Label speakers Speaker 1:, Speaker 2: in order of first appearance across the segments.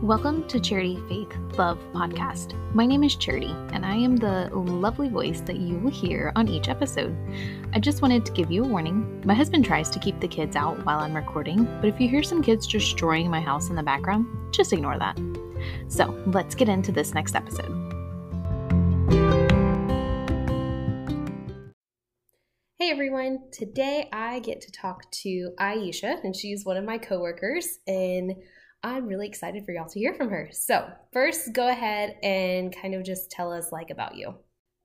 Speaker 1: Welcome to Charity Faith Love Podcast. My name is Charity, and I am the lovely voice that you will hear on each episode. I just wanted to give you a warning. My husband tries to keep the kids out while I'm recording, but if you hear some kids destroying my house in the background, just ignore that. So let's get into this next episode.
Speaker 2: Hey everyone, today I get to talk to Aisha, and she's one of my coworkers, and I'm really excited for y'all to hear from her. So, first, go ahead and kind of just tell us like about you.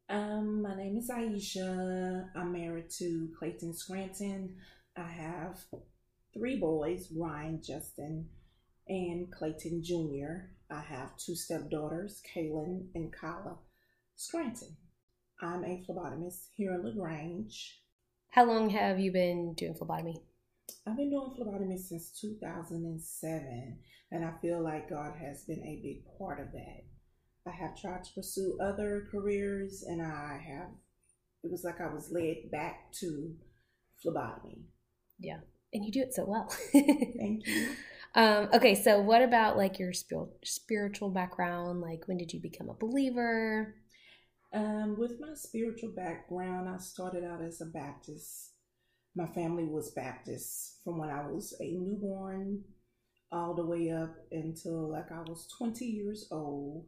Speaker 3: Um, my name is Aisha. I'm married to Clayton Scranton. I have three boys, Ryan, Justin, and Clayton Jr. I have two stepdaughters, Kaylin and Kyla Scranton. I'm a phlebotomist here in LaGrange.
Speaker 2: How long have you been doing phlebotomy?
Speaker 3: I've been doing phlebotomy since 2007, and I feel like God has been a big part of that. I have tried to pursue other careers, and I have, it was like I was led back to phlebotomy.
Speaker 2: And you do it so well.
Speaker 3: Thank you.
Speaker 2: Um, okay, so what about like your spir- spiritual background? Like, when did you become a believer?
Speaker 3: Um, with my spiritual background, I started out as a Baptist. My family was Baptist from when I was a newborn all the way up until like I was 20 years old.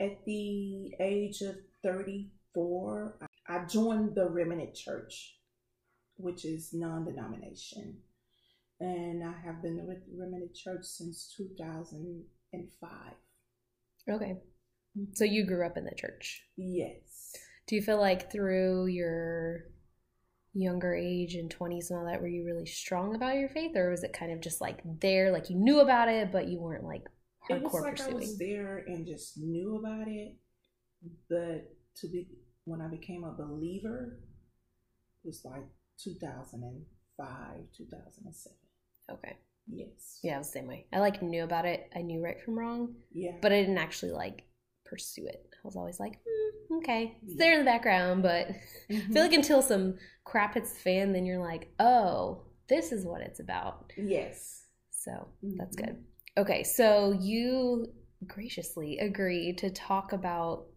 Speaker 3: At the age of 34, I joined the Remnant Church, which is non denomination. And I have been with Remnant Church since 2005.
Speaker 2: Okay, so you grew up in the church.
Speaker 3: Yes.
Speaker 2: Do you feel like through your younger age and 20s and all that, were you really strong about your faith or was it kind of just like there, like you knew about it, but you weren't like
Speaker 3: it was
Speaker 2: hardcore
Speaker 3: like I
Speaker 2: pursuing?
Speaker 3: was there and just knew about it, but to be when I became a believer was like 2005, 2007.
Speaker 2: Okay.
Speaker 3: Yes.
Speaker 2: Yeah, I was the same way. I like knew about it. I knew right from wrong,
Speaker 3: Yeah.
Speaker 2: but I didn't actually like pursue it. I was always like, mm, okay, it's there in the background, but I
Speaker 3: Mhm.
Speaker 2: feel like until some crap hits the fan, then you're like, oh, this is what it's about.
Speaker 3: yes. Mm-hmm.
Speaker 2: So That's good. Okay, so you graciously agreed to talk about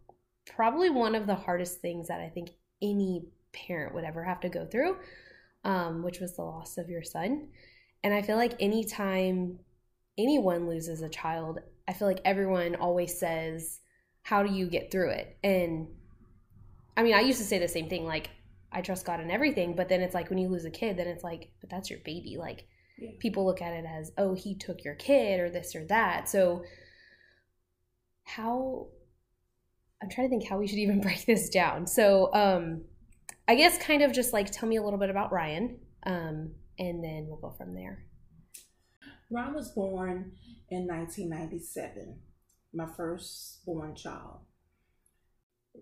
Speaker 2: probably one of the hardest things that I think any parent would ever have to go through, um, which was the loss of your son. And I feel like anytime anyone loses a child, I feel like everyone always says, How do you get through it? And I mean, I used to say the same thing, like, I trust God in everything. But then it's like when you lose a kid, then it's like, But that's your baby. Like,
Speaker 3: Yeah.
Speaker 2: people look at it as oh he took your kid or this or that so how i'm trying to think how we should even break this down so um i guess kind of just like tell me a little bit about ryan um and then we'll go from there
Speaker 3: Ron was born in 1997, my first born child.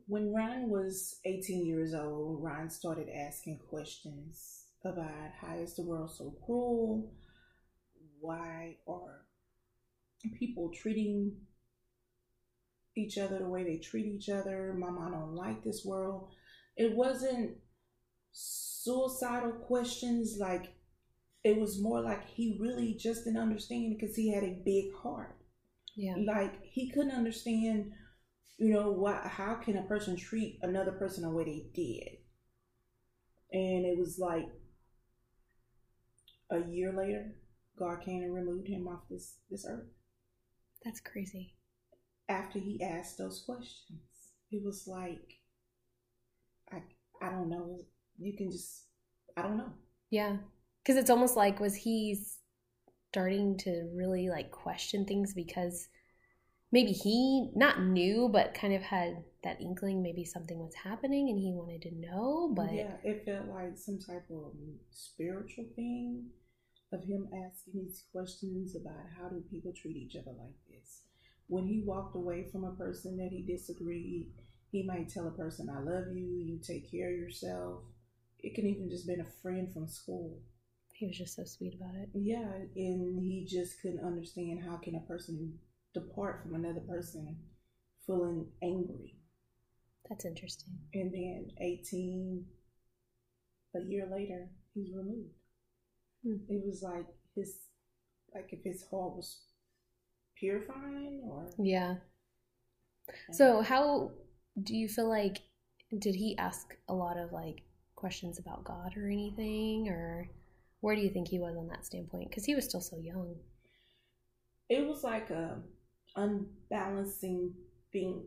Speaker 3: When Ryan was 18 years old, Ryan started asking questions about how is the world so cruel? Why are people treating each other the way they treat each other? Mama, I don't like this world. It wasn't suicidal questions like it was more like he really just didn't understand because he had a big heart.
Speaker 2: yeah
Speaker 3: Like he couldn't understand, you know, why how can a person treat another person the way they did? And it was like a year later, God came and removed him off this this earth
Speaker 2: that's crazy
Speaker 3: after he asked those questions. It was like I I don't know. You can just I don't know.
Speaker 2: yeah because it's almost like was he starting to really like question things because maybe he not knew but kind of had that inkling maybe something was happening and he wanted to know but
Speaker 3: yeah, it felt like some type of spiritual thing of him asking these questions about how do people treat each other like this. When he walked away from a person that he disagreed, he might tell a person, "I love you. You take care of yourself." It can even just been a friend from school.
Speaker 2: He was just so sweet about it.
Speaker 3: Yeah, and he just couldn't understand how can a person depart from another person feeling angry.
Speaker 2: That's interesting.
Speaker 3: And then 18, a year later, he's removed.
Speaker 2: Hmm.
Speaker 3: It was like his, like if his heart was purifying or
Speaker 2: Yeah. So, how do you feel like did he ask a lot of like questions about God or anything or where do you think he was on that standpoint cuz he was still so young.
Speaker 3: it was like a unbalancing thing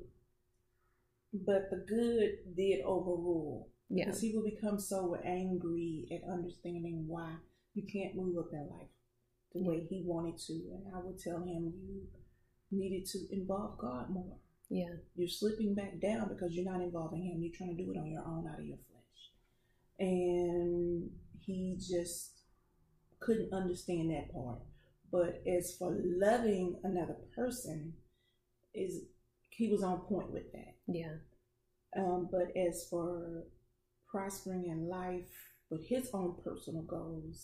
Speaker 3: but the good did overrule
Speaker 2: Yeah.
Speaker 3: because he will become so angry at understanding why you can't move up in life the way he wanted to and i would tell him you needed to involve god more
Speaker 2: Yeah.
Speaker 3: you're slipping back down because you're not involving him. You're trying to do it on your own out of your flesh. And he just couldn't understand that part. But as for loving another person, is he was on point with that.
Speaker 2: Yeah.
Speaker 3: Um, but as for prospering in life with his own personal goals,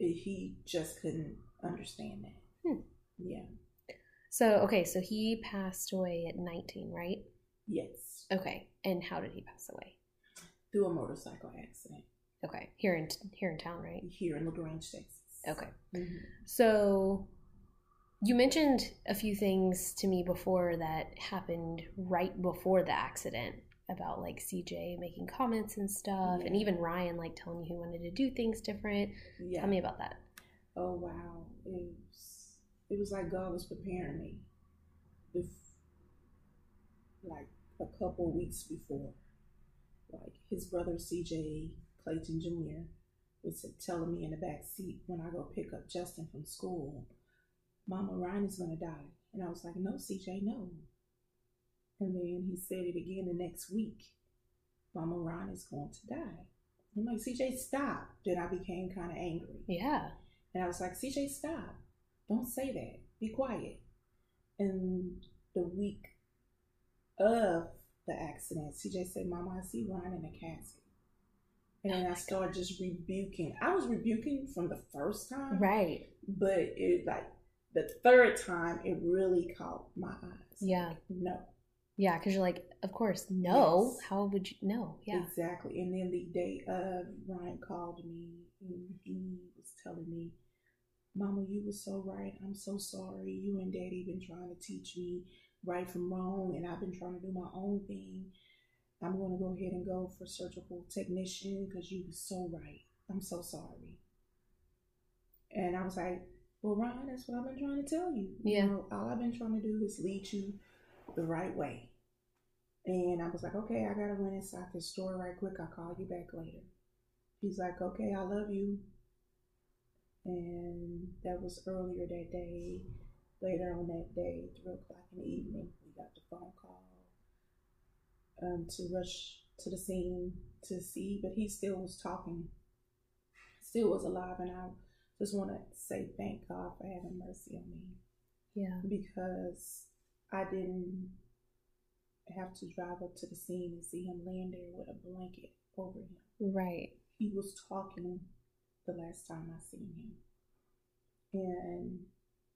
Speaker 3: eh, he just couldn't understand that.
Speaker 2: Hmm.
Speaker 3: Yeah.
Speaker 2: So, okay, so he passed away at 19, right?
Speaker 3: Yes.
Speaker 2: Okay. And how did he pass away?
Speaker 3: Through a motorcycle accident
Speaker 2: Okay. Here in here in town, right?
Speaker 3: here in LaGrange, Texas.
Speaker 2: Okay.
Speaker 3: Mhm.
Speaker 2: So you mentioned a few things to me before that happened right before the accident about like CJ making comments and stuff and
Speaker 3: Yeah.
Speaker 2: even Ryan like telling you he wanted to do things different.
Speaker 3: Yeah.
Speaker 2: Tell me about that.
Speaker 3: oh wow, it was, it was like God was preparing me, with like a couple weeks before, like his brother CJ Clayton Jr. was telling me in the back seat when I go pick up Justin from school, Mama Ryan is gonna die, and I was like, No, CJ, no. And then he said it again the next week, Mama Ryan is going to die. I'm like, CJ, stop. Then I became kind of angry.
Speaker 2: Yeah.
Speaker 3: And I was like, CJ, stop. Don't say that. Be quiet. And the week of the accident, CJ said, Mama, I see Ryan in a casket. And
Speaker 2: Oh
Speaker 3: then I started just rebuking. I was rebuking from the first time,
Speaker 2: Right.
Speaker 3: but it like the third time, it really caught my eyes.
Speaker 2: Yeah.
Speaker 3: No.
Speaker 2: Yeah, cuz you're like, of course, no.
Speaker 3: Yes.
Speaker 2: How would you no? Yeah.
Speaker 3: Exactly. And then the day of, Ryan called me and he was telling me, Mama, you were so right. I'm so sorry. You and Daddy been trying to teach me right from wrong, and I've been trying to do my own thing. I'm going to go ahead and go for surgical technician because you were so right. I'm so sorry. And I was like, Well, Ryan, that's what I've been trying to tell you. You
Speaker 2: Yeah.
Speaker 3: know, all I've been trying to do is lead you the right way. And I was like, okay, I gotta run inside this store right quick. I'll call you back later. He's like, okay, I love you. And that was earlier that day. Later on that day, three o'clock in the evening, we got the phone call um, to rush to the scene to see, but he still was talking, still was alive. And I just want to say thank God for having mercy on me
Speaker 2: Yeah.
Speaker 3: because I didn't have to drive up to the scene and see him laying there with a blanket over him.
Speaker 2: Right.
Speaker 3: He was talking the last time I seen him. And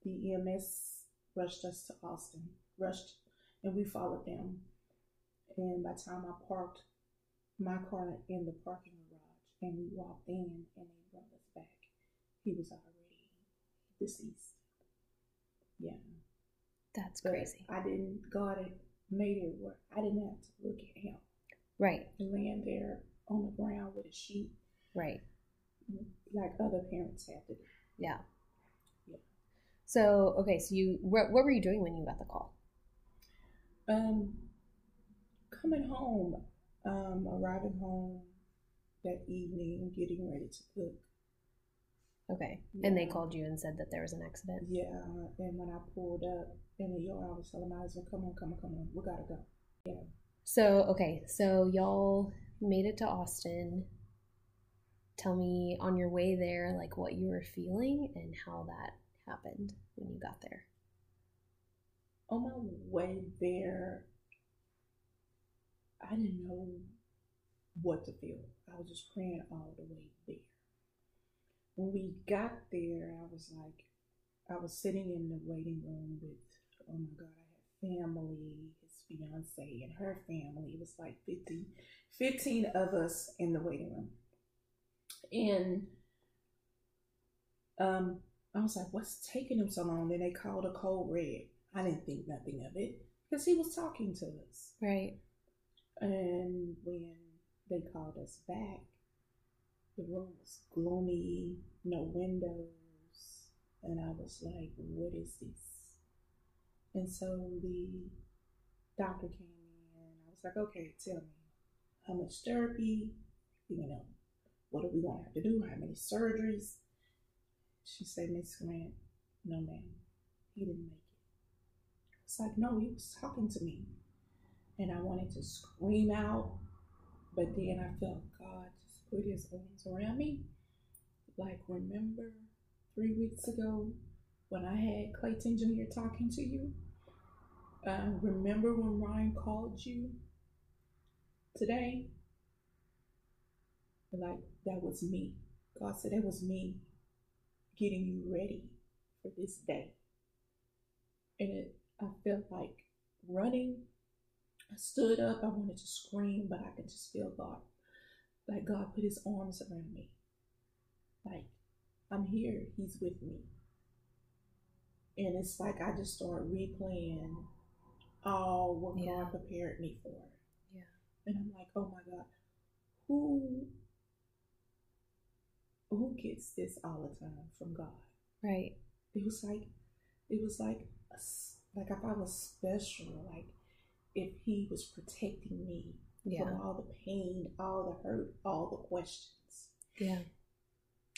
Speaker 3: the EMS rushed us to Austin, rushed, and we followed them. And by the time I parked my car in the parking garage and we walked in and they brought us back, he was already deceased. Yeah.
Speaker 2: That's
Speaker 3: But
Speaker 2: crazy.
Speaker 3: I didn't. God had made it work. I didn't have to look at him
Speaker 2: Right.
Speaker 3: laying there on the ground with a sheet
Speaker 2: Right.
Speaker 3: like other parents have to do.
Speaker 2: Yeah.
Speaker 3: Yeah.
Speaker 2: So, okay, so you what, what were you doing when you got the call?
Speaker 3: Um, coming home, um, arriving home that evening, getting ready to cook.
Speaker 2: Okay. And they
Speaker 3: Yeah.
Speaker 2: called you and said that there was an accident.
Speaker 3: Yeah, and when I pulled up in the yard, "Oh, I was telling my husband, "Come on, come on, come on, we gotta go."
Speaker 2: So, okay, so y'all made it to Austin. Tell me on your way there, like what you were feeling and how that happened when you got there.
Speaker 3: on my way there, I didn't know what to feel. I was just praying all the way there. When we got there, I was like, I was sitting in the waiting room with, oh my God, I had family, his fiance, and her family. It was like 50, 15 of us in the waiting room. And um, I was like, what's taking him so long? Then they called a cold red. I didn't think nothing of it because he was talking to us.
Speaker 2: Right.
Speaker 3: And when they called us back, the room was gloomy, no windows. And I was like, what is this? And so the doctor came in. I was like, okay, tell me how much therapy, you know, what are we going to have to do? How many surgeries? She said, Miss Grant, no, ma'am, he didn't make it. It's like, no, he was talking to me. And I wanted to scream out, but then I felt God just put his arms around me. Like, remember three weeks ago when I had Clayton Jr. talking to you? Uh, remember when Ryan called you today? Like, that was me. God said, that was me getting you ready for this day. And it, I felt like running. I stood up. I wanted to scream, but I could just feel God. Like God put his arms around me. Like, I'm here. He's with me. And it's like I just started replaying all what
Speaker 2: Yeah.
Speaker 3: God prepared me for.
Speaker 2: Yeah.
Speaker 3: And I'm like, oh my God, who who gets this all the time from God?
Speaker 2: Right.
Speaker 3: it was like it was like a s like if I was special, like if he was protecting me
Speaker 2: Yeah.
Speaker 3: from all the pain, all the hurt, all the questions.
Speaker 2: Yeah.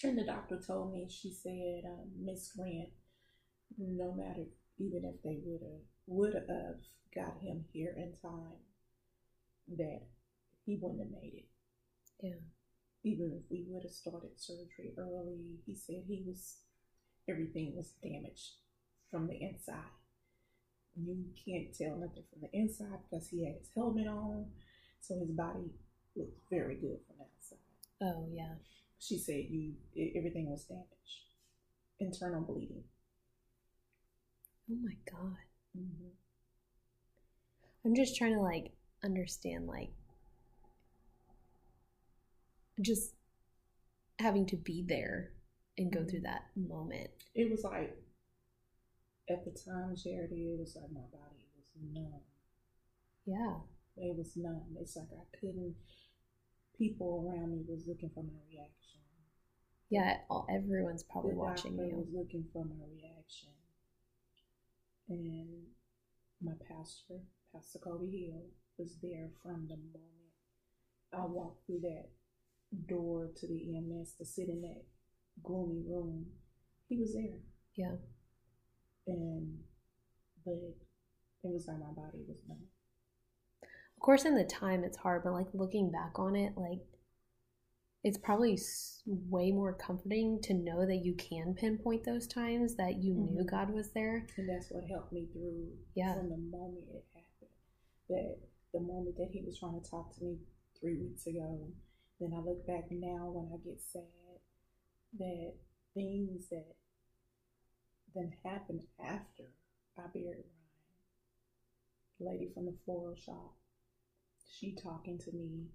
Speaker 3: And the doctor told me, she said, um, Miss Grant, no matter even if they would have would have got him here in time, that he wouldn't have made it.
Speaker 2: Yeah.
Speaker 3: Even if we would have started surgery early, he said he was everything was damaged from the inside. You can't tell nothing from the inside because he had his helmet on, so his body looked very good from the outside
Speaker 2: Oh, yeah.
Speaker 3: she said you e- everything was damaged internal bleeding
Speaker 2: Oh my God. I'm just trying to like understand like just having to be there and go through that moment.
Speaker 3: it was like at the time charity it was like my body was numb
Speaker 2: Yeah.
Speaker 3: it was numb it's like i couldn't people around me was looking for my reaction
Speaker 2: Yeah, all, everyone's probably
Speaker 3: the
Speaker 2: watching
Speaker 3: doctor was
Speaker 2: you.
Speaker 3: looking for my reaction and my pastor pastor kobe hill was there from the moment i walked through that door to the ems to sit in that gloomy room he was there
Speaker 2: Yeah.
Speaker 3: and but it was like my body was numb
Speaker 2: Of course, in the time it's hard, but like looking back on it, like it's probably s- way more comforting to know that you can pinpoint those times that you knew
Speaker 3: Mhm.
Speaker 2: God was there.
Speaker 3: And that's what helped me through
Speaker 2: Yeah.
Speaker 3: from the moment it happened. That the moment that he was trying to talk to me three weeks ago. Then I look back now when I get sad that things that then happened after I buried Ryan. The lady from the floral shop, she talking to me.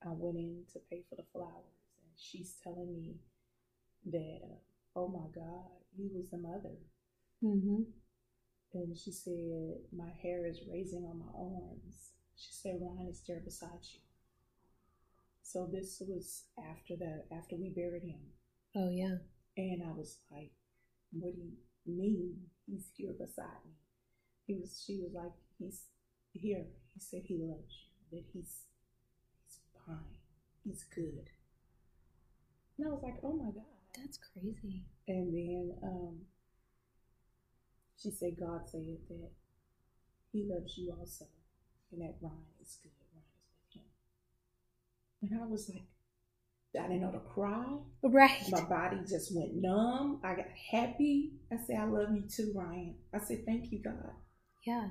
Speaker 3: I went in to pay for the flowers, and she's telling me that, uh, oh my God, you was the mother
Speaker 2: Mm-hmm.
Speaker 3: and she said, My hair is raising on my arms. She said, Ron is there beside you. So this was after that, after we buried him.
Speaker 2: Oh, yeah.
Speaker 3: And I was like, What do you mean he's here beside me? He was she was like, He's here. He said he loves you, that he's he's fine. He's good. And I was like, Oh my God.
Speaker 2: That's crazy.
Speaker 3: And then um, she said, God said that He loves you also, and that Ryan is good. Ryan is with Him. And I was like, I didn't know to cry.
Speaker 2: Right.
Speaker 3: My body just went numb. I got happy. I said, I love you too, Ryan. I said, thank you, God.
Speaker 2: Yeah.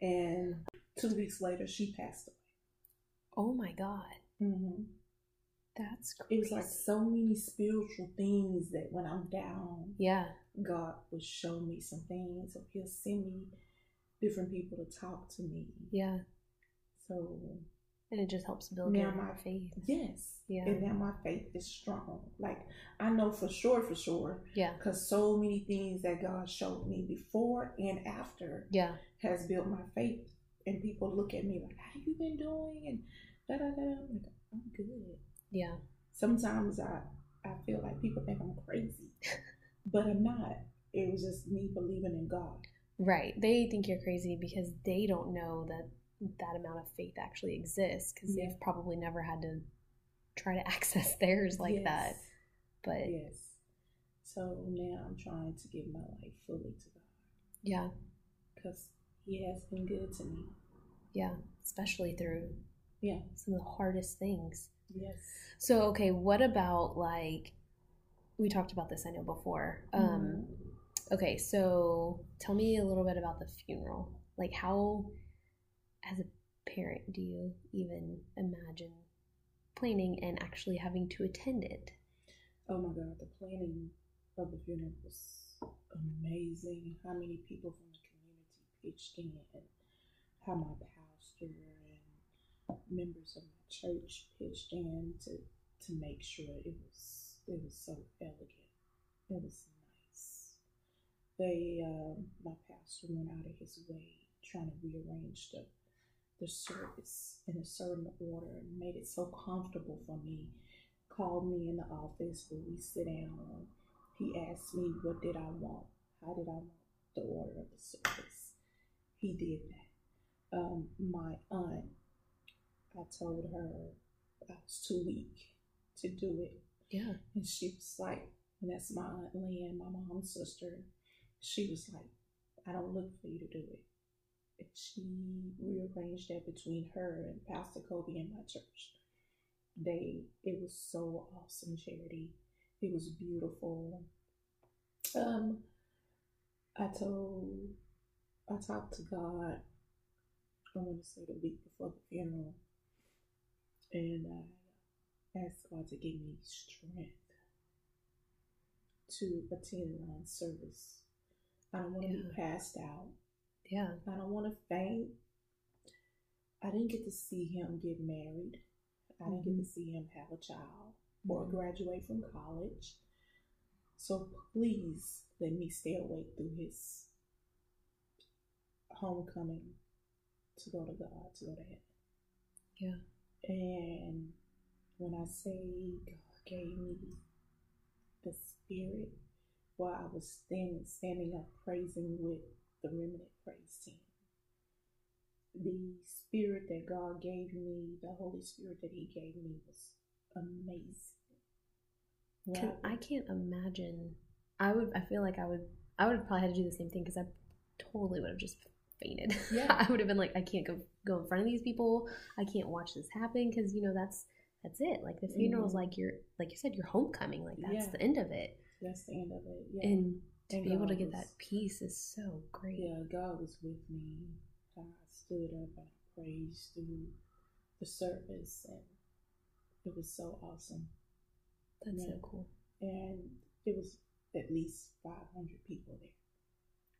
Speaker 3: And two weeks later, she passed
Speaker 2: Oh my God.
Speaker 3: away. Mm-hmm.
Speaker 2: That's
Speaker 3: It
Speaker 2: crazy.
Speaker 3: was like so many spiritual things that when I'm down,
Speaker 2: yeah.
Speaker 3: God would show me some things, or He'll send me different people to talk to me.
Speaker 2: Yeah.
Speaker 3: So
Speaker 2: And it just helps build
Speaker 3: Now
Speaker 2: your
Speaker 3: my-
Speaker 2: faith.
Speaker 3: Yes.
Speaker 2: Yeah.
Speaker 3: And now my faith is strong. Like I know for sure, for sure,
Speaker 2: Yeah.
Speaker 3: because so many things that God showed me before and after
Speaker 2: Yeah.
Speaker 3: has built my faith. And people look at me like, "How you been doing?" And da da da. I'm like, I'm good.
Speaker 2: Yeah.
Speaker 3: Sometimes I I feel like people think I'm crazy, but I'm not. It was just me believing in God.
Speaker 2: Right. They think you're crazy because they don't know that that amount of faith actually exists because
Speaker 3: Yeah.
Speaker 2: they've probably never had to try to access theirs like
Speaker 3: Yes.
Speaker 2: that. But
Speaker 3: Yes. So now I'm trying to give my life fully to God
Speaker 2: yeah,
Speaker 3: because He has been good to me.
Speaker 2: yeah, especially through
Speaker 3: Yeah.
Speaker 2: some of the hardest things.
Speaker 3: Yes.
Speaker 2: So, okay, what about like we talked about this I know before. Um okay, so tell me a little bit about the funeral. Like how as a parent do you even imagine planning and actually having to attend it?
Speaker 3: Oh my God, the planning of the funeral was amazing. How many people from the community pitched in, and how my pastor and members of my church pitched in to to make sure it was it was so elegant. It was nice. They, um, my pastor went out of his way trying to rearrange the the service in a certain order and made it so comfortable for me called me in the office where we sit down. He asked me, What did I want? How did I want the order of the service? He did that. Um, my aunt, I told her I was too weak to do it.
Speaker 2: Yeah.
Speaker 3: And she was like, and that's my aunt Lynn, my mom's sister. She was like, I don't look for you to do it. And she rearranged that between her and Pastor Kobe and my church. They, it was so awesome, Charity. It was beautiful. Um, I told, I talked to God. I want to say the week before the funeral, and I ask God to give me strength to attend my service. I don't want to
Speaker 2: Yeah.
Speaker 3: be passed out.
Speaker 2: Yeah.
Speaker 3: I don't want to faint. I didn't get to see him get married. I didn't get to see him have a child or graduate from college. So please let me stay awake through his homecoming to go to God, to go to heaven.
Speaker 2: Yeah.
Speaker 3: And when I say God gave me the spirit, while I was standing, standing up praising with the remnant praise team, the spirit that God gave me, the Holy Spirit that He gave me was amazing. When
Speaker 2: Can, I can't imagine. I would. I feel like I would. I would have probably had to do the same thing because I totally would have just fainted.
Speaker 3: Yeah.
Speaker 2: I would have been like, I can't go go in front of these people. I can't watch this happen because you know that's that's it. Like the funeral's
Speaker 3: Mhm.
Speaker 2: like your like you said your homecoming. Like that's
Speaker 3: Yeah.
Speaker 2: the end of it.
Speaker 3: That's the end of it. Yeah.
Speaker 2: And to
Speaker 3: And
Speaker 2: be able to
Speaker 3: God
Speaker 2: get
Speaker 3: was-
Speaker 2: that peace is so great.
Speaker 3: yeah, God was with me. I stood up and praised through the service, and it was so awesome.
Speaker 2: That's so
Speaker 3: Yeah.
Speaker 2: cool.
Speaker 3: And it was at least 500 people there.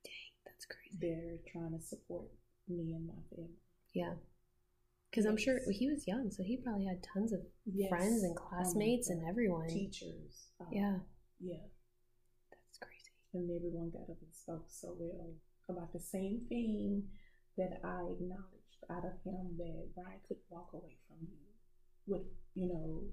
Speaker 2: Dang, that's crazy.
Speaker 3: They're trying to support me and my family.
Speaker 2: Yeah. Because I'm sure
Speaker 3: Yes.
Speaker 2: he was young, so he probably had tons of
Speaker 3: Yes.
Speaker 2: friends
Speaker 3: Oh
Speaker 2: and
Speaker 3: my
Speaker 2: classmates and
Speaker 3: God.
Speaker 2: everyone.
Speaker 3: teachers. Uh,
Speaker 2: Yeah,
Speaker 3: Yeah.
Speaker 2: that's crazy.
Speaker 3: And everyone got up and spoke so well about the same thing that I acknowledged out of him that Brian could walk away from you with, you know,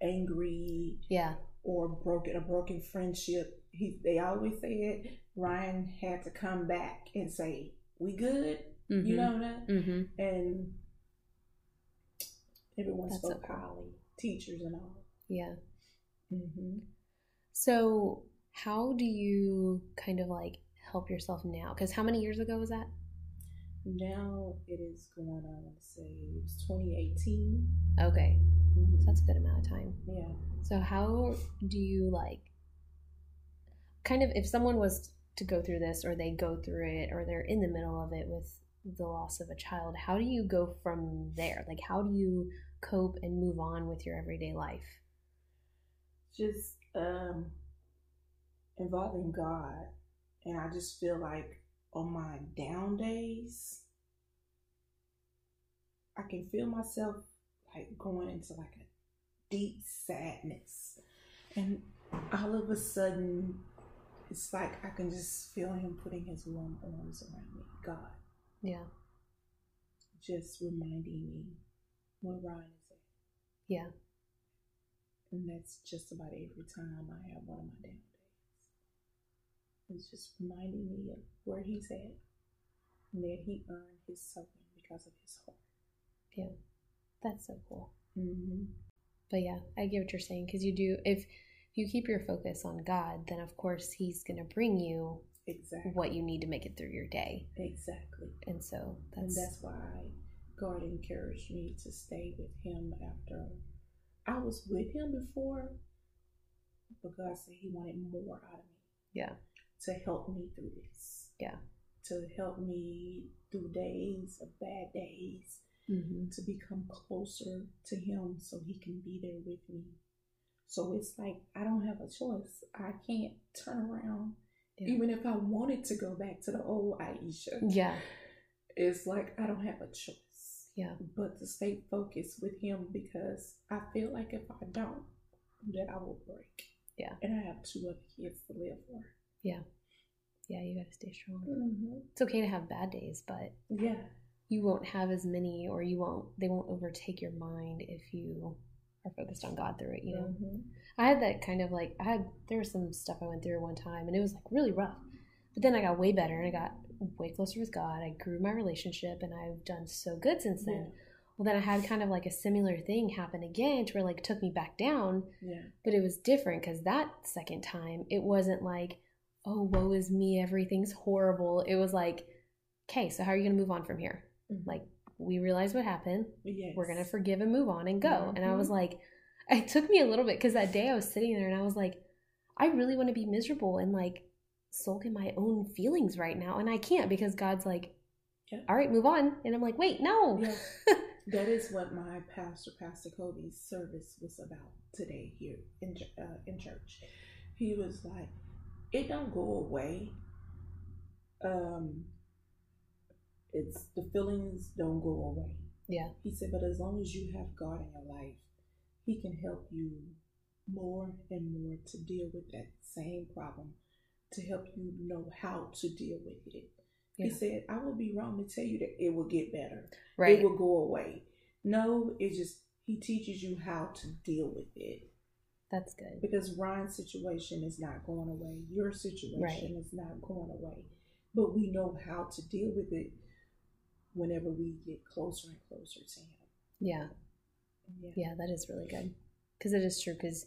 Speaker 3: angry
Speaker 2: Yeah.
Speaker 3: or broken a broken friendship. He they always said Ryan had to come back and say, We good? You know that?
Speaker 2: Mm-hmm.
Speaker 3: And everyone
Speaker 2: That's
Speaker 3: spoke
Speaker 2: so cool.
Speaker 3: highly, teachers and all.
Speaker 2: Yeah.
Speaker 3: Mm-hmm.
Speaker 2: So, how do you kind of like help yourself now? Because how many years ago was that?
Speaker 3: Now it is going on, I want to say it was 2018.
Speaker 2: Okay, so
Speaker 3: Mhm.
Speaker 2: that's a good amount of time.
Speaker 3: Yeah.
Speaker 2: So, how do you like kind of if someone was to go through this, or they go through it, or they're in the middle of it with the loss of a child, how do you go from there? Like, how do you cope and move on with your everyday life?
Speaker 3: Just um, involving God. And I just feel like on my down days, I can feel myself like going into like a deep sadness. And all of a sudden, it's like I can just feel him putting his warm arms around me. God,
Speaker 2: Yeah.
Speaker 3: just reminding me where Ryan is at.
Speaker 2: Yeah.
Speaker 3: And that's just about every time I have one of my down days. It's just reminding me of where he's at and that he earned his something because of his heart.
Speaker 2: That's so cool.
Speaker 3: Mm-hmm.
Speaker 2: But yeah, I get what you're saying because you do. If you keep your focus on God, then of course He's going to bring you
Speaker 3: Exactly.
Speaker 2: what you need to make it through your day.
Speaker 3: Exactly.
Speaker 2: And so
Speaker 3: and
Speaker 2: that's,
Speaker 3: that's why God encouraged me to stay with him after I was with him before, but God said he wanted more out of me.
Speaker 2: Yeah.
Speaker 3: To help me through this.
Speaker 2: Yeah.
Speaker 3: To help me through days of bad days, to become closer to him so he can be there with me. So it's like I don't have a choice. I can't turn around.
Speaker 2: Yeah.
Speaker 3: Even if I wanted to go back to the old Aisha
Speaker 2: yeah,
Speaker 3: it's like I don't have a choice.
Speaker 2: Yeah.
Speaker 3: But to stay focused with him because I feel like if I don't, that I will break.
Speaker 2: Yeah.
Speaker 3: And I have two other kids to live for.
Speaker 2: yeah. You got to stay strong.
Speaker 3: Mm-hmm.
Speaker 2: It's okay to have bad days, but
Speaker 3: Yeah.
Speaker 2: you won't have as many, or you won't. They won't overtake your mind if you are focused on God through it. You know.
Speaker 3: Mhm.
Speaker 2: I had that kind of like I had there was some stuff I went through one time and it was like really rough. But then I got way better and I got way closer with God. I grew my relationship and I've done so good since then. Well then I had kind of like a similar thing happen again to where like took me back down,
Speaker 3: Yeah.
Speaker 2: but it was different cuz that second time it wasn't like oh woe is me everything's horrible. It was like okay, so how are you going to move on from here?
Speaker 3: Mhm.
Speaker 2: Mm-hmm. Like we realize what happened
Speaker 3: Yes.
Speaker 2: we're gonna forgive and move on and go. And I was
Speaker 3: Mhm.
Speaker 2: like, it took me a little bit because that day I was sitting there and I was like, I really want to be miserable and like sulk in my own feelings right now, and I can't because God's like,
Speaker 3: Yeah.
Speaker 2: all right, move on, and I'm like, wait, no,
Speaker 3: Yeah. that is what my pastor, Pastor Kobe's service was about today here in ch- uh, in church. He was like, "It don't go away. Um, it's the feelings don't go away."
Speaker 2: Yeah.
Speaker 3: He said, "But as long as you have God in your life, He can help you more and more to deal with that same problem, to help you know how to deal with it." He
Speaker 2: Yeah.
Speaker 3: said, "I will be wrong to tell you that it will get better."
Speaker 2: right,
Speaker 3: it will go away. No, it just he teaches you how to deal with it
Speaker 2: that's good,
Speaker 3: because Ryan's situation is not going away. Your situation
Speaker 2: Right.
Speaker 3: is not going away, but we know how to deal with it whenever we get closer and closer to him.
Speaker 2: yeah,
Speaker 3: Yeah,
Speaker 2: yeah, that is really good because it is true because.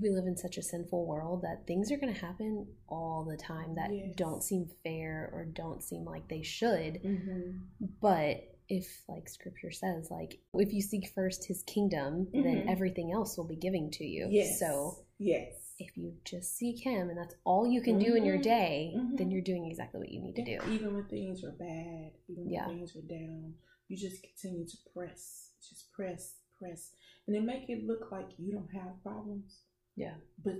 Speaker 2: We live in such a sinful world that things are going to happen all the time that
Speaker 3: Yes.
Speaker 2: don't seem fair or don't seem like they should.
Speaker 3: mm-hmm.
Speaker 2: But if, like scripture says, like if you seek first his kingdom, then
Speaker 3: Mhm.
Speaker 2: everything else will be given to you.
Speaker 3: yes,
Speaker 2: So
Speaker 3: yes,
Speaker 2: if you just seek him and that's all you can do in your
Speaker 3: Mhm.
Speaker 2: day, then
Speaker 3: Mhm.
Speaker 2: you're doing exactly what you need to do.
Speaker 3: even when things are bad, even when
Speaker 2: Yeah.
Speaker 3: things are down, you just continue to press, just press, press, and then make it look like you don't have problems.
Speaker 2: Yeah.
Speaker 3: but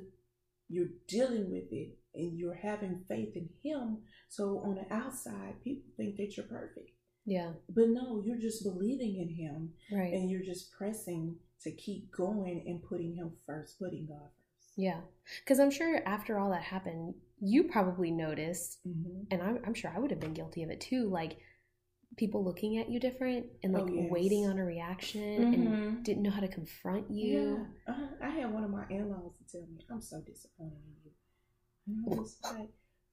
Speaker 3: you're dealing with it and you're having faith in him so on the outside people think that you're perfect
Speaker 2: Yeah.
Speaker 3: but no you're just believing in him
Speaker 2: Right.
Speaker 3: and you're just pressing to keep going and putting him first putting god first
Speaker 2: yeah. Because I'm sure after all that happened, you probably noticed,
Speaker 3: mm-hmm.
Speaker 2: and I'm, I'm sure I would have been guilty of it too, like people looking at you different and like
Speaker 3: Oh, yes. Mm-hmm.
Speaker 2: waiting on a reaction and didn't know how to confront you.
Speaker 3: yeah uh, i had one of my in-laws to tell me i'm so disappointed in you and i was like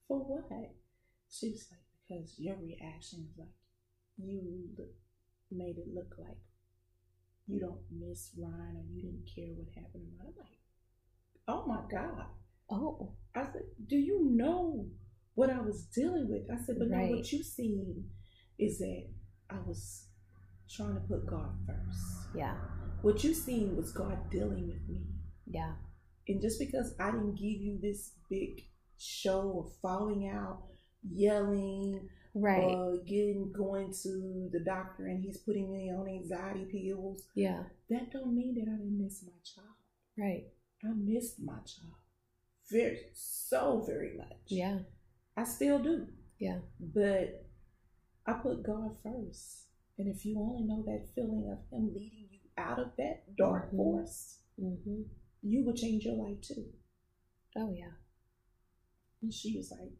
Speaker 3: for what she was like because your reaction is like you look, made it look like you don't miss Ryan or you didn't care what happened to Ryan. I'm like, oh my God.
Speaker 2: Oh,
Speaker 3: I said, do you know what I was dealing with? I said, but now no,
Speaker 2: Right.
Speaker 3: what you seen is that I was trying to put God first.
Speaker 2: yeah.
Speaker 3: What you seen was God dealing with me.
Speaker 2: Yeah.
Speaker 3: And just because I didn't give you this big show of falling out, yelling,
Speaker 2: Right.
Speaker 3: or getting going to the doctor and he's putting me on anxiety pills,
Speaker 2: yeah.
Speaker 3: that don't mean that I didn't miss my child.
Speaker 2: Right.
Speaker 3: I missed my child very so very much.
Speaker 2: Yeah.
Speaker 3: I still do.
Speaker 2: Yeah.
Speaker 3: But I put God first. And if you only know that feeling of him leading you out of that dark
Speaker 2: Mhm.
Speaker 3: forest,
Speaker 2: Mm-hmm.
Speaker 3: you would change your life too.
Speaker 2: Oh, yeah.
Speaker 3: And she was like,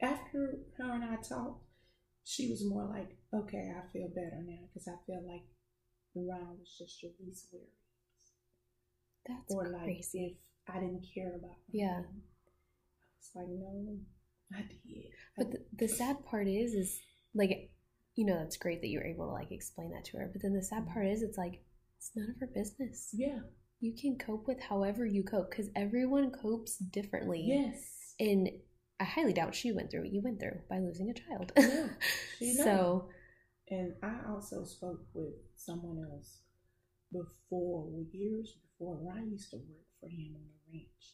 Speaker 3: after her and I talked, she was more like, okay, I feel better now because I feel like the round was just your least weary.
Speaker 2: That's
Speaker 3: Or like
Speaker 2: crazy.
Speaker 3: if I didn't care about her.
Speaker 2: Yeah.
Speaker 3: It's like, no, I did.
Speaker 2: But the, the sad part is, is like, you know, that's great that you were able to like explain that to her. But then the sad part is, it's like, it's none of her business.
Speaker 3: yeah.
Speaker 2: You can cope with however you cope because everyone copes differently.
Speaker 3: Yes.
Speaker 2: And I highly doubt she went through what you went through by losing a child.
Speaker 3: Yeah, she knows.
Speaker 2: so,
Speaker 3: And I also spoke with someone else before, years before. Ryan used to work for him on the ranch,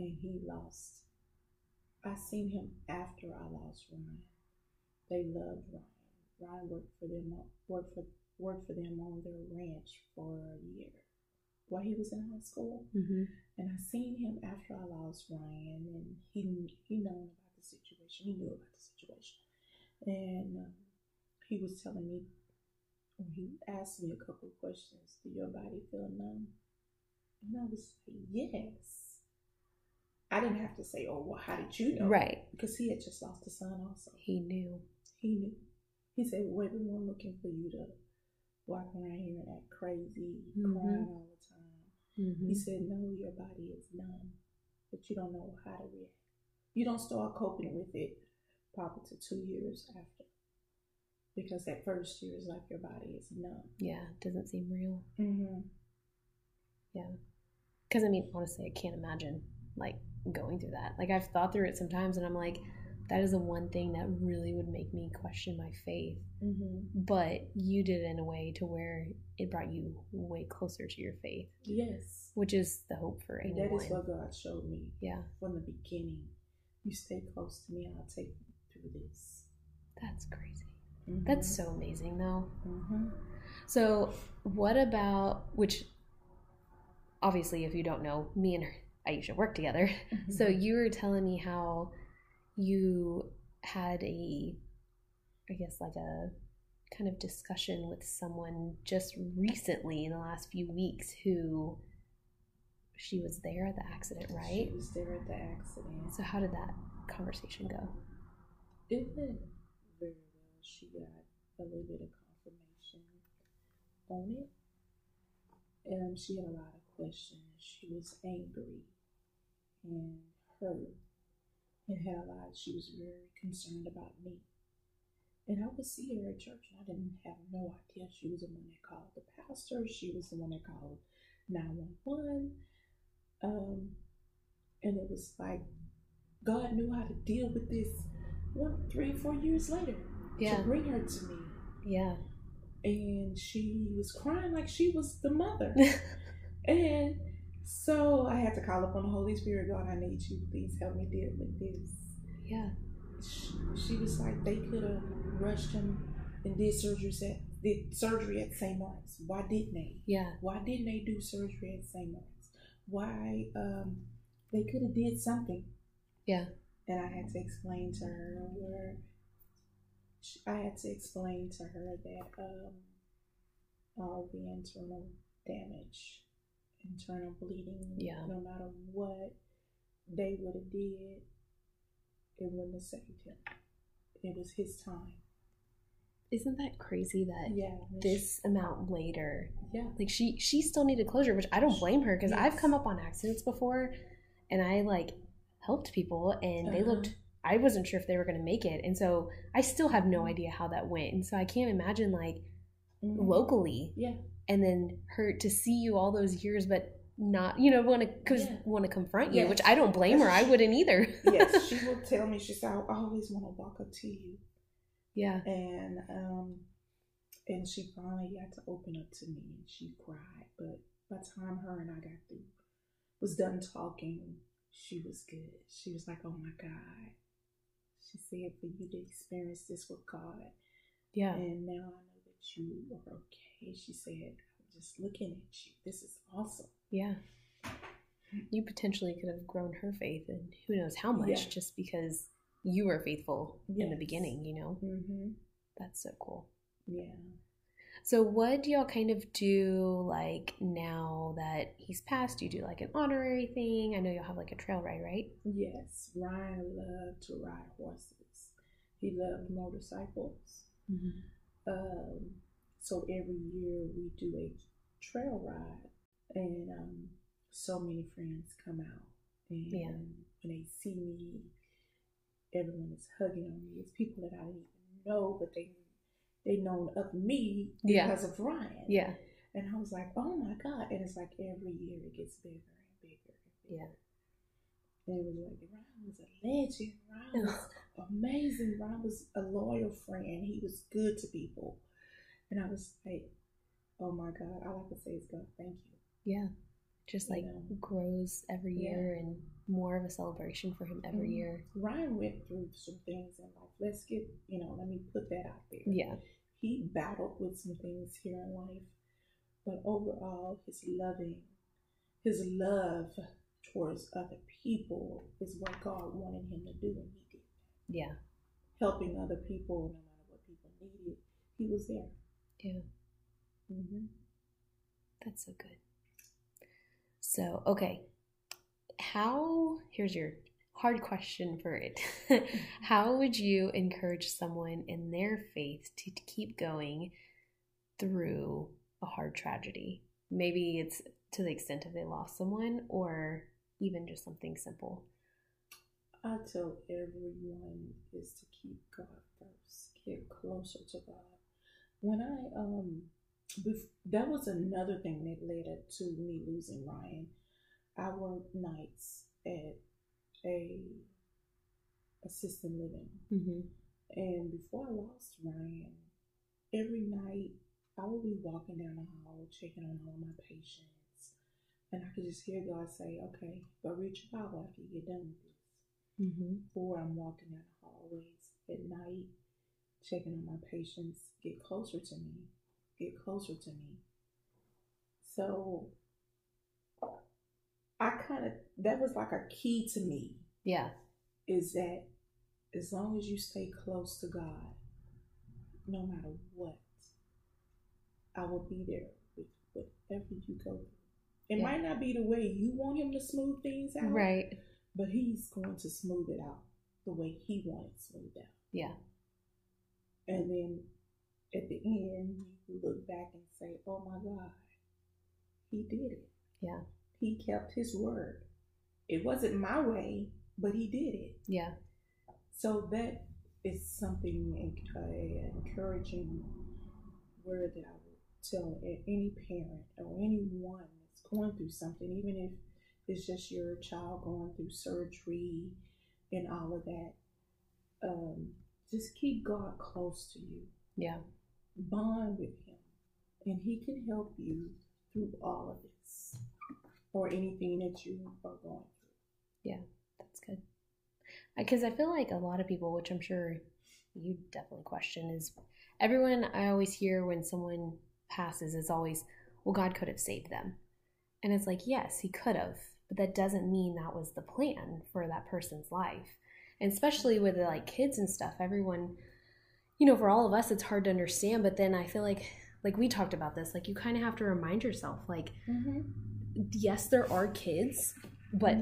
Speaker 3: and he lost. I seen him after I lost Ryan. They loved Ryan. Ryan worked for them. Worked for worked for them on their ranch for a year while he was in high school. And I seen him after I lost Ryan, and he he known about the situation. He knew about the situation, and um, he was telling me. and He asked me a couple of questions. Do your body feel numb? And I was like, yes. I didn't have to say, oh, well, how did you know?
Speaker 2: right.
Speaker 3: Because he had just lost his son also.
Speaker 2: He knew.
Speaker 3: He knew. He said, Wait, we weren't looking for you to walk around here and act crazy,
Speaker 2: Mhm.
Speaker 3: crying all the time.
Speaker 2: Mm-hmm.
Speaker 3: He said, No, your body is numb, but you don't know how to react. You don't start coping with it probably to two years after. Because that first year is like your body is numb.
Speaker 2: Yeah, it doesn't seem real.
Speaker 3: Mm-hmm.
Speaker 2: Because I mean, honestly, I can't imagine like going through that. Like I've thought through it sometimes, and I'm like, that is the one thing that really would make me question my faith.
Speaker 3: Mm-hmm.
Speaker 2: But you did it in a way to where it brought you way closer to your faith,
Speaker 3: Yes.
Speaker 2: which is the hope for
Speaker 3: And
Speaker 2: anyone.
Speaker 3: that is what God showed me
Speaker 2: yeah,
Speaker 3: from the beginning. You stay close to me, I'll take you through this.
Speaker 2: that's crazy. That's so amazing, though.
Speaker 3: hmm
Speaker 2: So, what about which? Obviously, if you don't know, me and Aisha work together. So
Speaker 3: Mm-hmm.
Speaker 2: you were telling me how you had a, I guess like a kind of discussion with someone just recently in the last few weeks who she was there at the accident, right?
Speaker 3: She was there at the accident.
Speaker 2: So how did that conversation go?
Speaker 3: It went very well. She got a little bit of confirmation on it. And she had a lot of questions. She was angry and hurt and had a lot. She was very concerned about me. And I would see her at church, and I didn't have no idea she was the one that called the pastor. She was the one that called 911. Um, and it was like God knew how to deal with this one, three, four years later to
Speaker 2: Yeah,
Speaker 3: bring her to me.
Speaker 2: yeah,
Speaker 3: And she was crying like she was the mother. and so I had to call upon the Holy Spirit God, I need you. Please help me deal with this
Speaker 2: yeah,
Speaker 3: she, she was like they could have rushed him and did surgery at did surgery at St. Mark's. Why didn't they?
Speaker 2: yeah,
Speaker 3: Why didn't they do surgery at St. Mark's? Why um they could have did something.
Speaker 2: yeah,
Speaker 3: And I had to explain to her where sh- I had to explain to her that um all the internal damage, internal bleeding,
Speaker 2: Yeah.
Speaker 3: no matter what they would have did, it wouldn't have saved him. It was his time.
Speaker 2: Isn't that crazy that
Speaker 3: Yeah. when she-
Speaker 2: this amount later
Speaker 3: yeah.
Speaker 2: like she she still needed closure which i don't blame her because i've
Speaker 3: Yes.
Speaker 2: come up on accidents before and i like helped people and they
Speaker 3: Uh-huh.
Speaker 2: looked i wasn't sure if they were going to make it and so i still have
Speaker 3: Mm-hmm.
Speaker 2: no idea how that went and so i can't imagine like
Speaker 3: Mhm.
Speaker 2: locally
Speaker 3: Yeah.
Speaker 2: and then her to see you all those years but not you know want to cause
Speaker 3: Yeah.
Speaker 2: want to confront you
Speaker 3: Yes.
Speaker 2: which i don't blame her i wouldn't either
Speaker 3: yes, she will tell me. She said, "I always want to walk up to you,"
Speaker 2: yeah
Speaker 3: and um, and she finally got to open up to me, and she cried. But by the time her and I got through, was done talking, she was good. She was like, "Oh my God," she said, "For you to experience this with God,
Speaker 2: yeah
Speaker 3: and now I know that you are okay." She said, "I'm just looking at you. This is awesome."
Speaker 2: yeah you potentially could have grown her faith and who knows how much
Speaker 3: Yeah.
Speaker 2: just because you were faithful in the
Speaker 3: Yes.
Speaker 2: beginning you know
Speaker 3: Mm-hmm.
Speaker 2: That's so cool.
Speaker 3: Yeah.
Speaker 2: So what do y'all kind of do like now that he's passed? Do you do like an honorary thing? I know y'all have like a trail ride, right?
Speaker 3: Yes, Ryan loved to ride horses. He loved motorcycles.
Speaker 2: Mm-hmm.
Speaker 3: Um, so every year we do a trail ride, and um, so many friends come out, and
Speaker 2: Yeah.
Speaker 3: when they see me, everyone is hugging on me. It's people that I didn't even know, but they they known of me
Speaker 2: Yeah.
Speaker 3: because of Ryan.
Speaker 2: Yeah.
Speaker 3: And I was like, oh my God. And it's like every year it gets bigger and bigger and bigger. And it was like, Ron was a legend. Ron was amazing. Ron was a loyal friend. He was good to people. And I was like, oh my God. All I could say is, God, thank you.
Speaker 2: Yeah. Just like
Speaker 3: Yeah.
Speaker 2: grows every
Speaker 3: Yeah.
Speaker 2: year and more of a celebration for him every
Speaker 3: Mhm.
Speaker 2: year.
Speaker 3: Ryan went through some things in life. Let's get, you know, let me put that out there.
Speaker 2: Yeah.
Speaker 3: He battled with some things here in life, but overall, his loving, his love towards other people is what God wanted him to do, and he did.
Speaker 2: Yeah.
Speaker 3: Helping other people, no matter what people needed, he was there.
Speaker 2: Yeah.
Speaker 3: Mm-hmm.
Speaker 2: That's so good. So, okay. How, here's your hard question for it. Mm-hmm. How would you encourage someone in their faith to t- keep going through a hard tragedy? Maybe it's to the extent of they lost someone or even just something simple.
Speaker 3: I tell everyone is to keep God first, get closer to God. When I um, bef- that was another thing that led up to me losing Ryan. I worked nights at a assisted living,
Speaker 2: Mm-hmm.
Speaker 3: and before I lost Ryan, every night I would be walking down the hall, checking on all my patients, and I could just hear God say, "Okay, go reach out after you get done with this."
Speaker 2: Mm-hmm.
Speaker 3: or I'm walking down the hallways at night, checking on my patients, get closer to me, get closer to me. So I kind of, that was like a key to me
Speaker 2: Yeah.
Speaker 3: is that as long as you stay close to God, no matter what, I will be there with whatever you go through. It
Speaker 2: Yeah.
Speaker 3: might not be the way you want him to smooth things out,
Speaker 2: Right.
Speaker 3: but he's going to smooth it out the way he wants it smoothed out.
Speaker 2: Yeah.
Speaker 3: And then at the end, you look back and say, oh my God, he did it.
Speaker 2: Yeah.
Speaker 3: He kept his word. It wasn't my way, but he did it.
Speaker 2: Yeah.
Speaker 3: So that is something en- uh, encouraging word that I would tell a- any parent or anyone that's going through something, even if it's just your child going through surgery and all of that. Um, just keep God close to you,
Speaker 2: Yeah.
Speaker 3: bond with Him, and He can help you through all of this or anything that you are going through.
Speaker 2: That's good. Because I feel like a lot of people, which I'm sure you definitely question, is everyone I always hear when someone passes is always, well, God could have saved them. And it's like, yes, he could have, but that doesn't mean that was the plan for that person's life. And especially with like kids and stuff, everyone, you know, for all of us, it's hard to understand. But then I feel like, like we talked about this, like you kind of have to remind yourself, like, yes, there are kids, but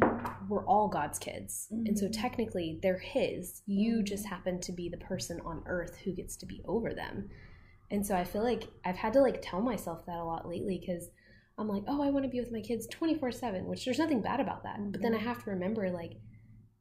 Speaker 2: we're all God's kids. And so
Speaker 3: Mhm.
Speaker 2: technically they're His. You
Speaker 3: Mhm.
Speaker 2: just happen to be the person on earth who gets to be over them. And so I feel like I've had to like tell myself that a lot lately because I'm like, oh, I want to be with my kids 24 7, which there's nothing bad about that. But then I
Speaker 3: Mhm.
Speaker 2: have to remember like,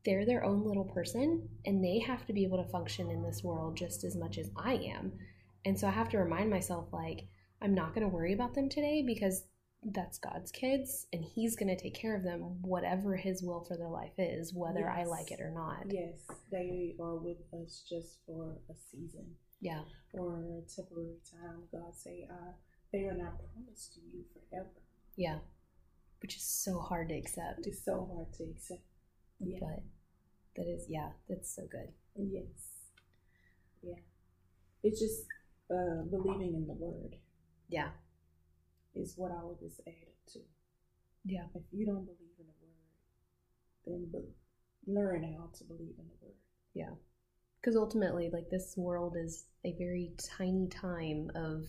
Speaker 2: they're their own little person and they have to be able to function in this world just as much as I am. And so I have to remind myself, like, I'm not going to worry about them today because that's God's kids and He's going to take care of them, whatever His will for their life is, whether I
Speaker 3: Yes.
Speaker 2: like it or not.
Speaker 3: Yes, they are with us just for a season.
Speaker 2: Yeah.
Speaker 3: or a temporary time. God say, uh, they are not promised to you forever.
Speaker 2: Yeah. Which is so hard to accept.
Speaker 3: It's so hard to accept. Yeah.
Speaker 2: But that is, yeah, that's so good.
Speaker 3: Yes. Yeah. It's just uh, believing in the word
Speaker 2: Yeah.
Speaker 3: is what I would just add it to.
Speaker 2: Yeah.
Speaker 3: If you don't believe in the word, then be- learn how to believe in the word.
Speaker 2: Yeah. because ultimately like this world is a very tiny time of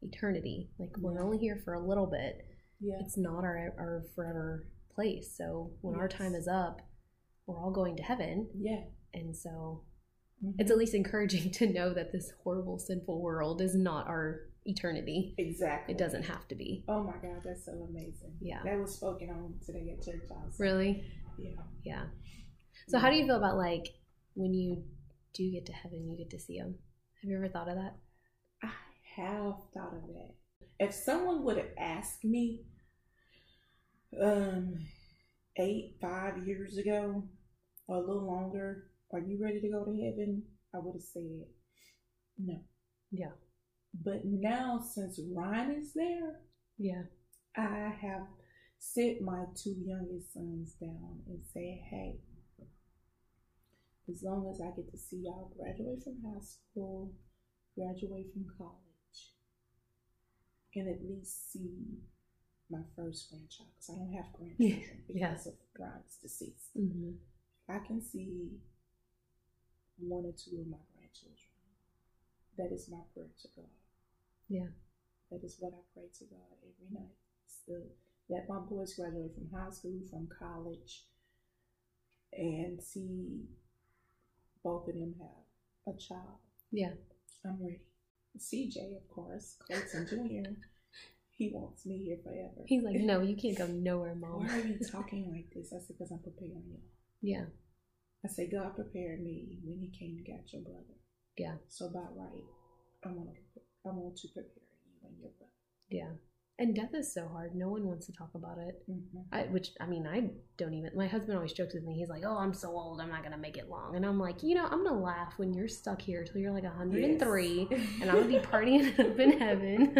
Speaker 2: eternity like we're
Speaker 3: Yeah.
Speaker 2: only here for a little bit
Speaker 3: Yeah.
Speaker 2: it's not our our forever place so when our
Speaker 3: Yes.
Speaker 2: time is up we're all going to heaven
Speaker 3: Yeah.
Speaker 2: and so
Speaker 3: Mhm.
Speaker 2: it's at least encouraging to know that this horrible sinful world is not our eternity
Speaker 3: exactly.
Speaker 2: it doesn't have to be
Speaker 3: Oh my God, that's so amazing.
Speaker 2: Yeah.
Speaker 3: That was spoken on today at church house.
Speaker 2: really
Speaker 3: Yeah.
Speaker 2: yeah so how do you feel about like when you do get to heaven you get to see them have you ever thought of that
Speaker 3: I have thought of that. If someone would have asked me um eight, five years ago, or a little longer, are you ready to go to heaven? I would have said no.
Speaker 2: Yeah.
Speaker 3: But now since Ryan is there,
Speaker 2: yeah
Speaker 3: I have sit my two youngest sons down and say, hey, as long as I get to see y'all graduate from high school, graduate from college, and at least see my first grandchild, because I don't have grandchildren
Speaker 2: Yeah.
Speaker 3: because of Brian's deceased.
Speaker 2: mm-hmm.
Speaker 3: I can see one or two of my grandchildren. That is my prayer to God.
Speaker 2: Yeah.
Speaker 3: That is what I pray to God every night. Still, let my boys graduate from high school, from college, and see both of them have a child.
Speaker 2: Yeah.
Speaker 3: I'm ready. CJ, of course, Clayton Jr., he wants me here forever.
Speaker 2: He's like, no, you can't go nowhere, mom.
Speaker 3: Why are you talking like this? I said, because I'm preparing you.
Speaker 2: Yeah,
Speaker 3: I say, God prepared me when He came and got your brother.
Speaker 2: Yeah.
Speaker 3: So by right, I want to, I want to prepare you and your brother.
Speaker 2: yeah. And death is so hard. No one wants to talk about it.
Speaker 3: Mm-hmm.
Speaker 2: I, which I mean, I don't even. My husband always jokes with me. He's like, "Oh, I'm so old. I'm not gonna make it long." And I'm like, you know, I'm gonna laugh when you're stuck here till you're like 103, and I'm gonna be partying it up in heaven.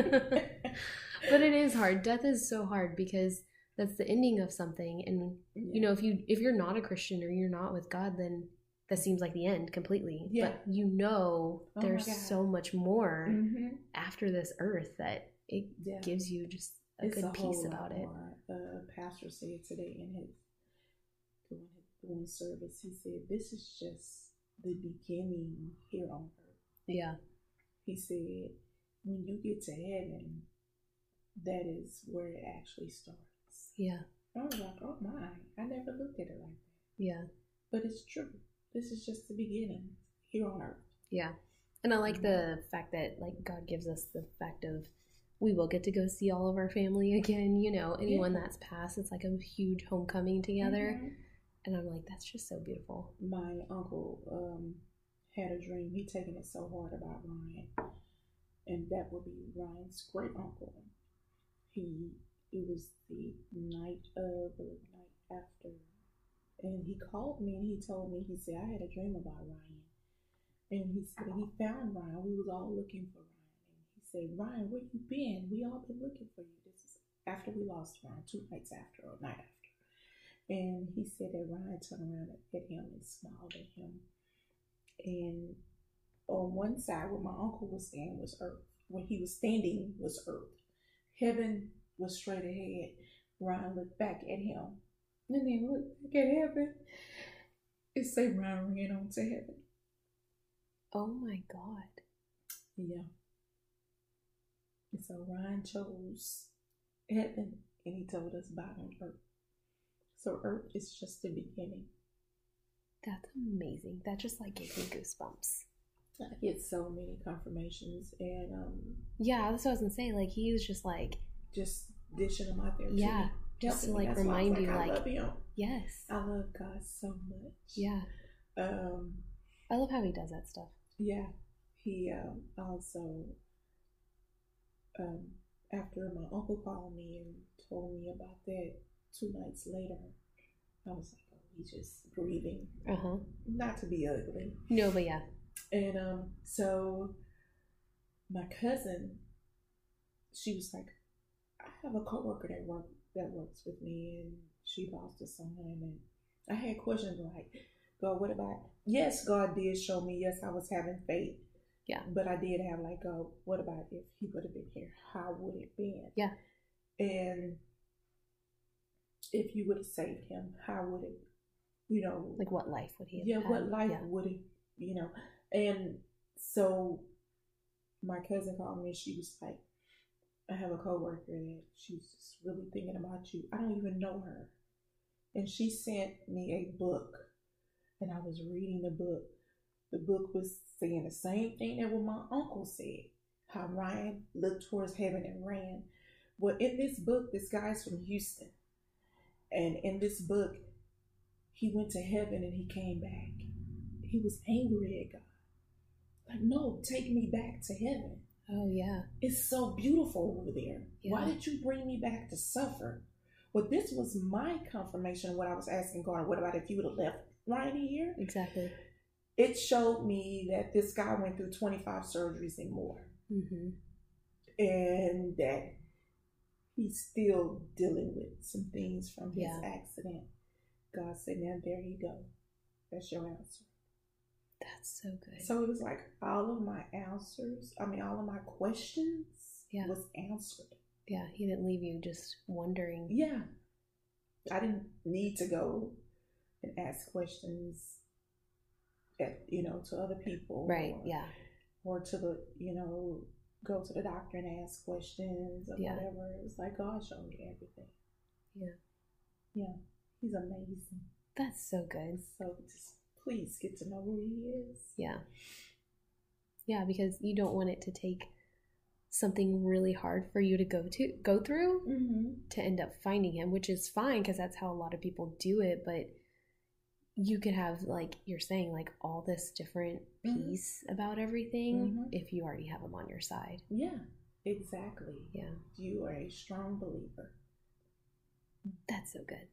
Speaker 2: but it is hard. Death is so hard because that's the ending of something. And you know, if you if you're not a Christian or you're not with God, then that seems like the end completely.
Speaker 3: Yeah.
Speaker 2: But you know,
Speaker 3: Oh my
Speaker 2: there's
Speaker 3: God.
Speaker 2: so much more.
Speaker 3: hmm
Speaker 2: after this earth that it
Speaker 3: Yeah.
Speaker 2: gives you just a
Speaker 3: It's
Speaker 2: good
Speaker 3: whole
Speaker 2: piece
Speaker 3: lot
Speaker 2: about it.
Speaker 3: more. The pastor said today in his during his during service, he said, "This is just the beginning here on earth."
Speaker 2: Yeah.
Speaker 3: He said, "When you get to heaven, that is where it actually starts."
Speaker 2: Yeah.
Speaker 3: I was like, "Oh my! I never looked at it like that."
Speaker 2: Yeah.
Speaker 3: But it's true. This is just the beginning here on earth.
Speaker 2: Yeah. And I
Speaker 3: Mm-hmm.
Speaker 2: like the fact that like God gives us the fact of we will get to go see all of our family again, you know, anyone
Speaker 3: Yeah.
Speaker 2: that's passed, it's like a huge homecoming together.
Speaker 3: Mhm.
Speaker 2: And I'm like, that's just so beautiful.
Speaker 3: My uncle um, had a dream. He taken it so hard about Ryan, and that would be Ryan's great uncle. He it was the night of the night after, and he called me and he told me he said I had a dream about Ryan, and he said he found Ryan. We was all looking for Ryan, and he said Ryan, where you been? We all been looking for you. This is after we lost Ryan, two nights after or night after. And he said that Ryan turned around at him and smiled at him. And on one side where my uncle was standing was earth. Where he was standing was earth. Heaven was straight ahead. Ryan looked back at him. And then looked back at heaven. And say Ryan ran on to heaven.
Speaker 2: Oh my God.
Speaker 3: Yeah. And so Ryan chose heaven and he told us bottom earth. So earth is just the beginning.
Speaker 2: That's amazing. That just like gave me goosebumps.
Speaker 3: I get so many confirmations and um,
Speaker 2: Yeah, that's what I was gonna say. Like he was just like,
Speaker 3: just dishing them out there. to
Speaker 2: Yeah,
Speaker 3: me.
Speaker 2: just to,
Speaker 3: Helping me.
Speaker 2: like,
Speaker 3: That's why I was
Speaker 2: remind you,
Speaker 3: I
Speaker 2: like-
Speaker 3: love him.
Speaker 2: yes.
Speaker 3: I love God so much.
Speaker 2: Yeah.
Speaker 3: Um,
Speaker 2: I love how he does that stuff.
Speaker 3: yeah. He um, also, um, after my uncle called me and told me about that two nights later, I was like, oh, he's just grieving.
Speaker 2: Uh huh.
Speaker 3: Not to be ugly,
Speaker 2: No, but yeah.
Speaker 3: And um, so my cousin, she was like, I have a coworker that work that works with me, and she lost her son, and I had questions like, God, what about? Yes, God did show me. Yes, I was having faith.
Speaker 2: Yeah.
Speaker 3: But I did have like, God, what about if he would have been here? How would it been?
Speaker 2: Yeah.
Speaker 3: And if you would have saved him, how would it? You know,
Speaker 2: Like what life would he have
Speaker 3: yeah,
Speaker 2: had?
Speaker 3: what life
Speaker 2: Yeah.
Speaker 3: would it you know. And so my cousin called me. She was like, I have a coworker that she's just really thinking about you. I don't even know her. And she sent me a book, and I was reading the book. The book was saying the same thing that what my uncle said how Ryan looked towards heaven and ran. Well, in this book, this guy's from Houston. And in this book, he went to heaven and he came back. He was angry at God. Like, no, take me back to heaven.
Speaker 2: Oh yeah.
Speaker 3: It's so beautiful over there. Why
Speaker 2: Yeah.
Speaker 3: did you bring me back to suffer? Well, this was my confirmation of what I was asking God. What about if you would have left Ryan here?
Speaker 2: Exactly.
Speaker 3: It showed me that this guy went through 25 surgeries and more,
Speaker 2: Mm-hmm.
Speaker 3: and that he's still dealing with some things from his
Speaker 2: Yeah.
Speaker 3: accident. God said, Now there you go. That's your answer.
Speaker 2: That's so good.
Speaker 3: So it was like all of my answers, I mean, all of my questions
Speaker 2: Yeah.
Speaker 3: was answered.
Speaker 2: yeah, he didn't leave you just wondering.
Speaker 3: Yeah. I didn't need to go and ask questions at, you know, to other people.
Speaker 2: Right.
Speaker 3: Or,
Speaker 2: Yeah.
Speaker 3: or to the, you know, go to the doctor and ask questions or
Speaker 2: Yeah.
Speaker 3: whatever. It was like God showed me everything.
Speaker 2: Yeah.
Speaker 3: Yeah. He's amazing.
Speaker 2: That's so good.
Speaker 3: So just please get to know who he is.
Speaker 2: Yeah. Yeah, because you don't want it to take something really hard for you to go to go through
Speaker 3: Mm-hmm.
Speaker 2: to end up finding him, which is fine because that's how a lot of people do it. But you could have, like you're saying, like all this different
Speaker 3: Mhm.
Speaker 2: piece about everything
Speaker 3: Mhm.
Speaker 2: if you already have him on your side.
Speaker 3: Yeah. Exactly.
Speaker 2: Yeah,
Speaker 3: You are a strong believer.
Speaker 2: that's so good.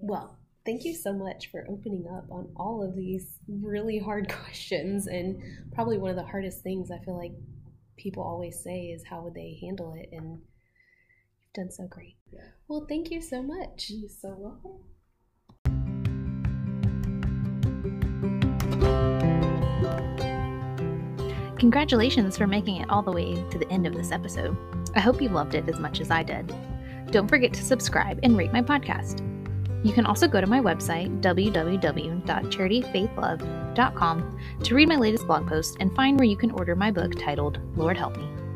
Speaker 2: Well, thank you so much for opening up on all of these really hard questions. And probably one of the hardest things I feel like people always say is how would they handle it? And you've done so great.
Speaker 3: Yeah.
Speaker 2: Well, thank you so much.
Speaker 3: You're so welcome.
Speaker 1: Congratulations for making it all the way to the end of this episode. I hope you loved it as much as I did. Don't forget to subscribe and rate my podcast. You can also go to my website, www.charityfaithlove.com, to read my latest blog post and find where you can order my book titled Lord Help Me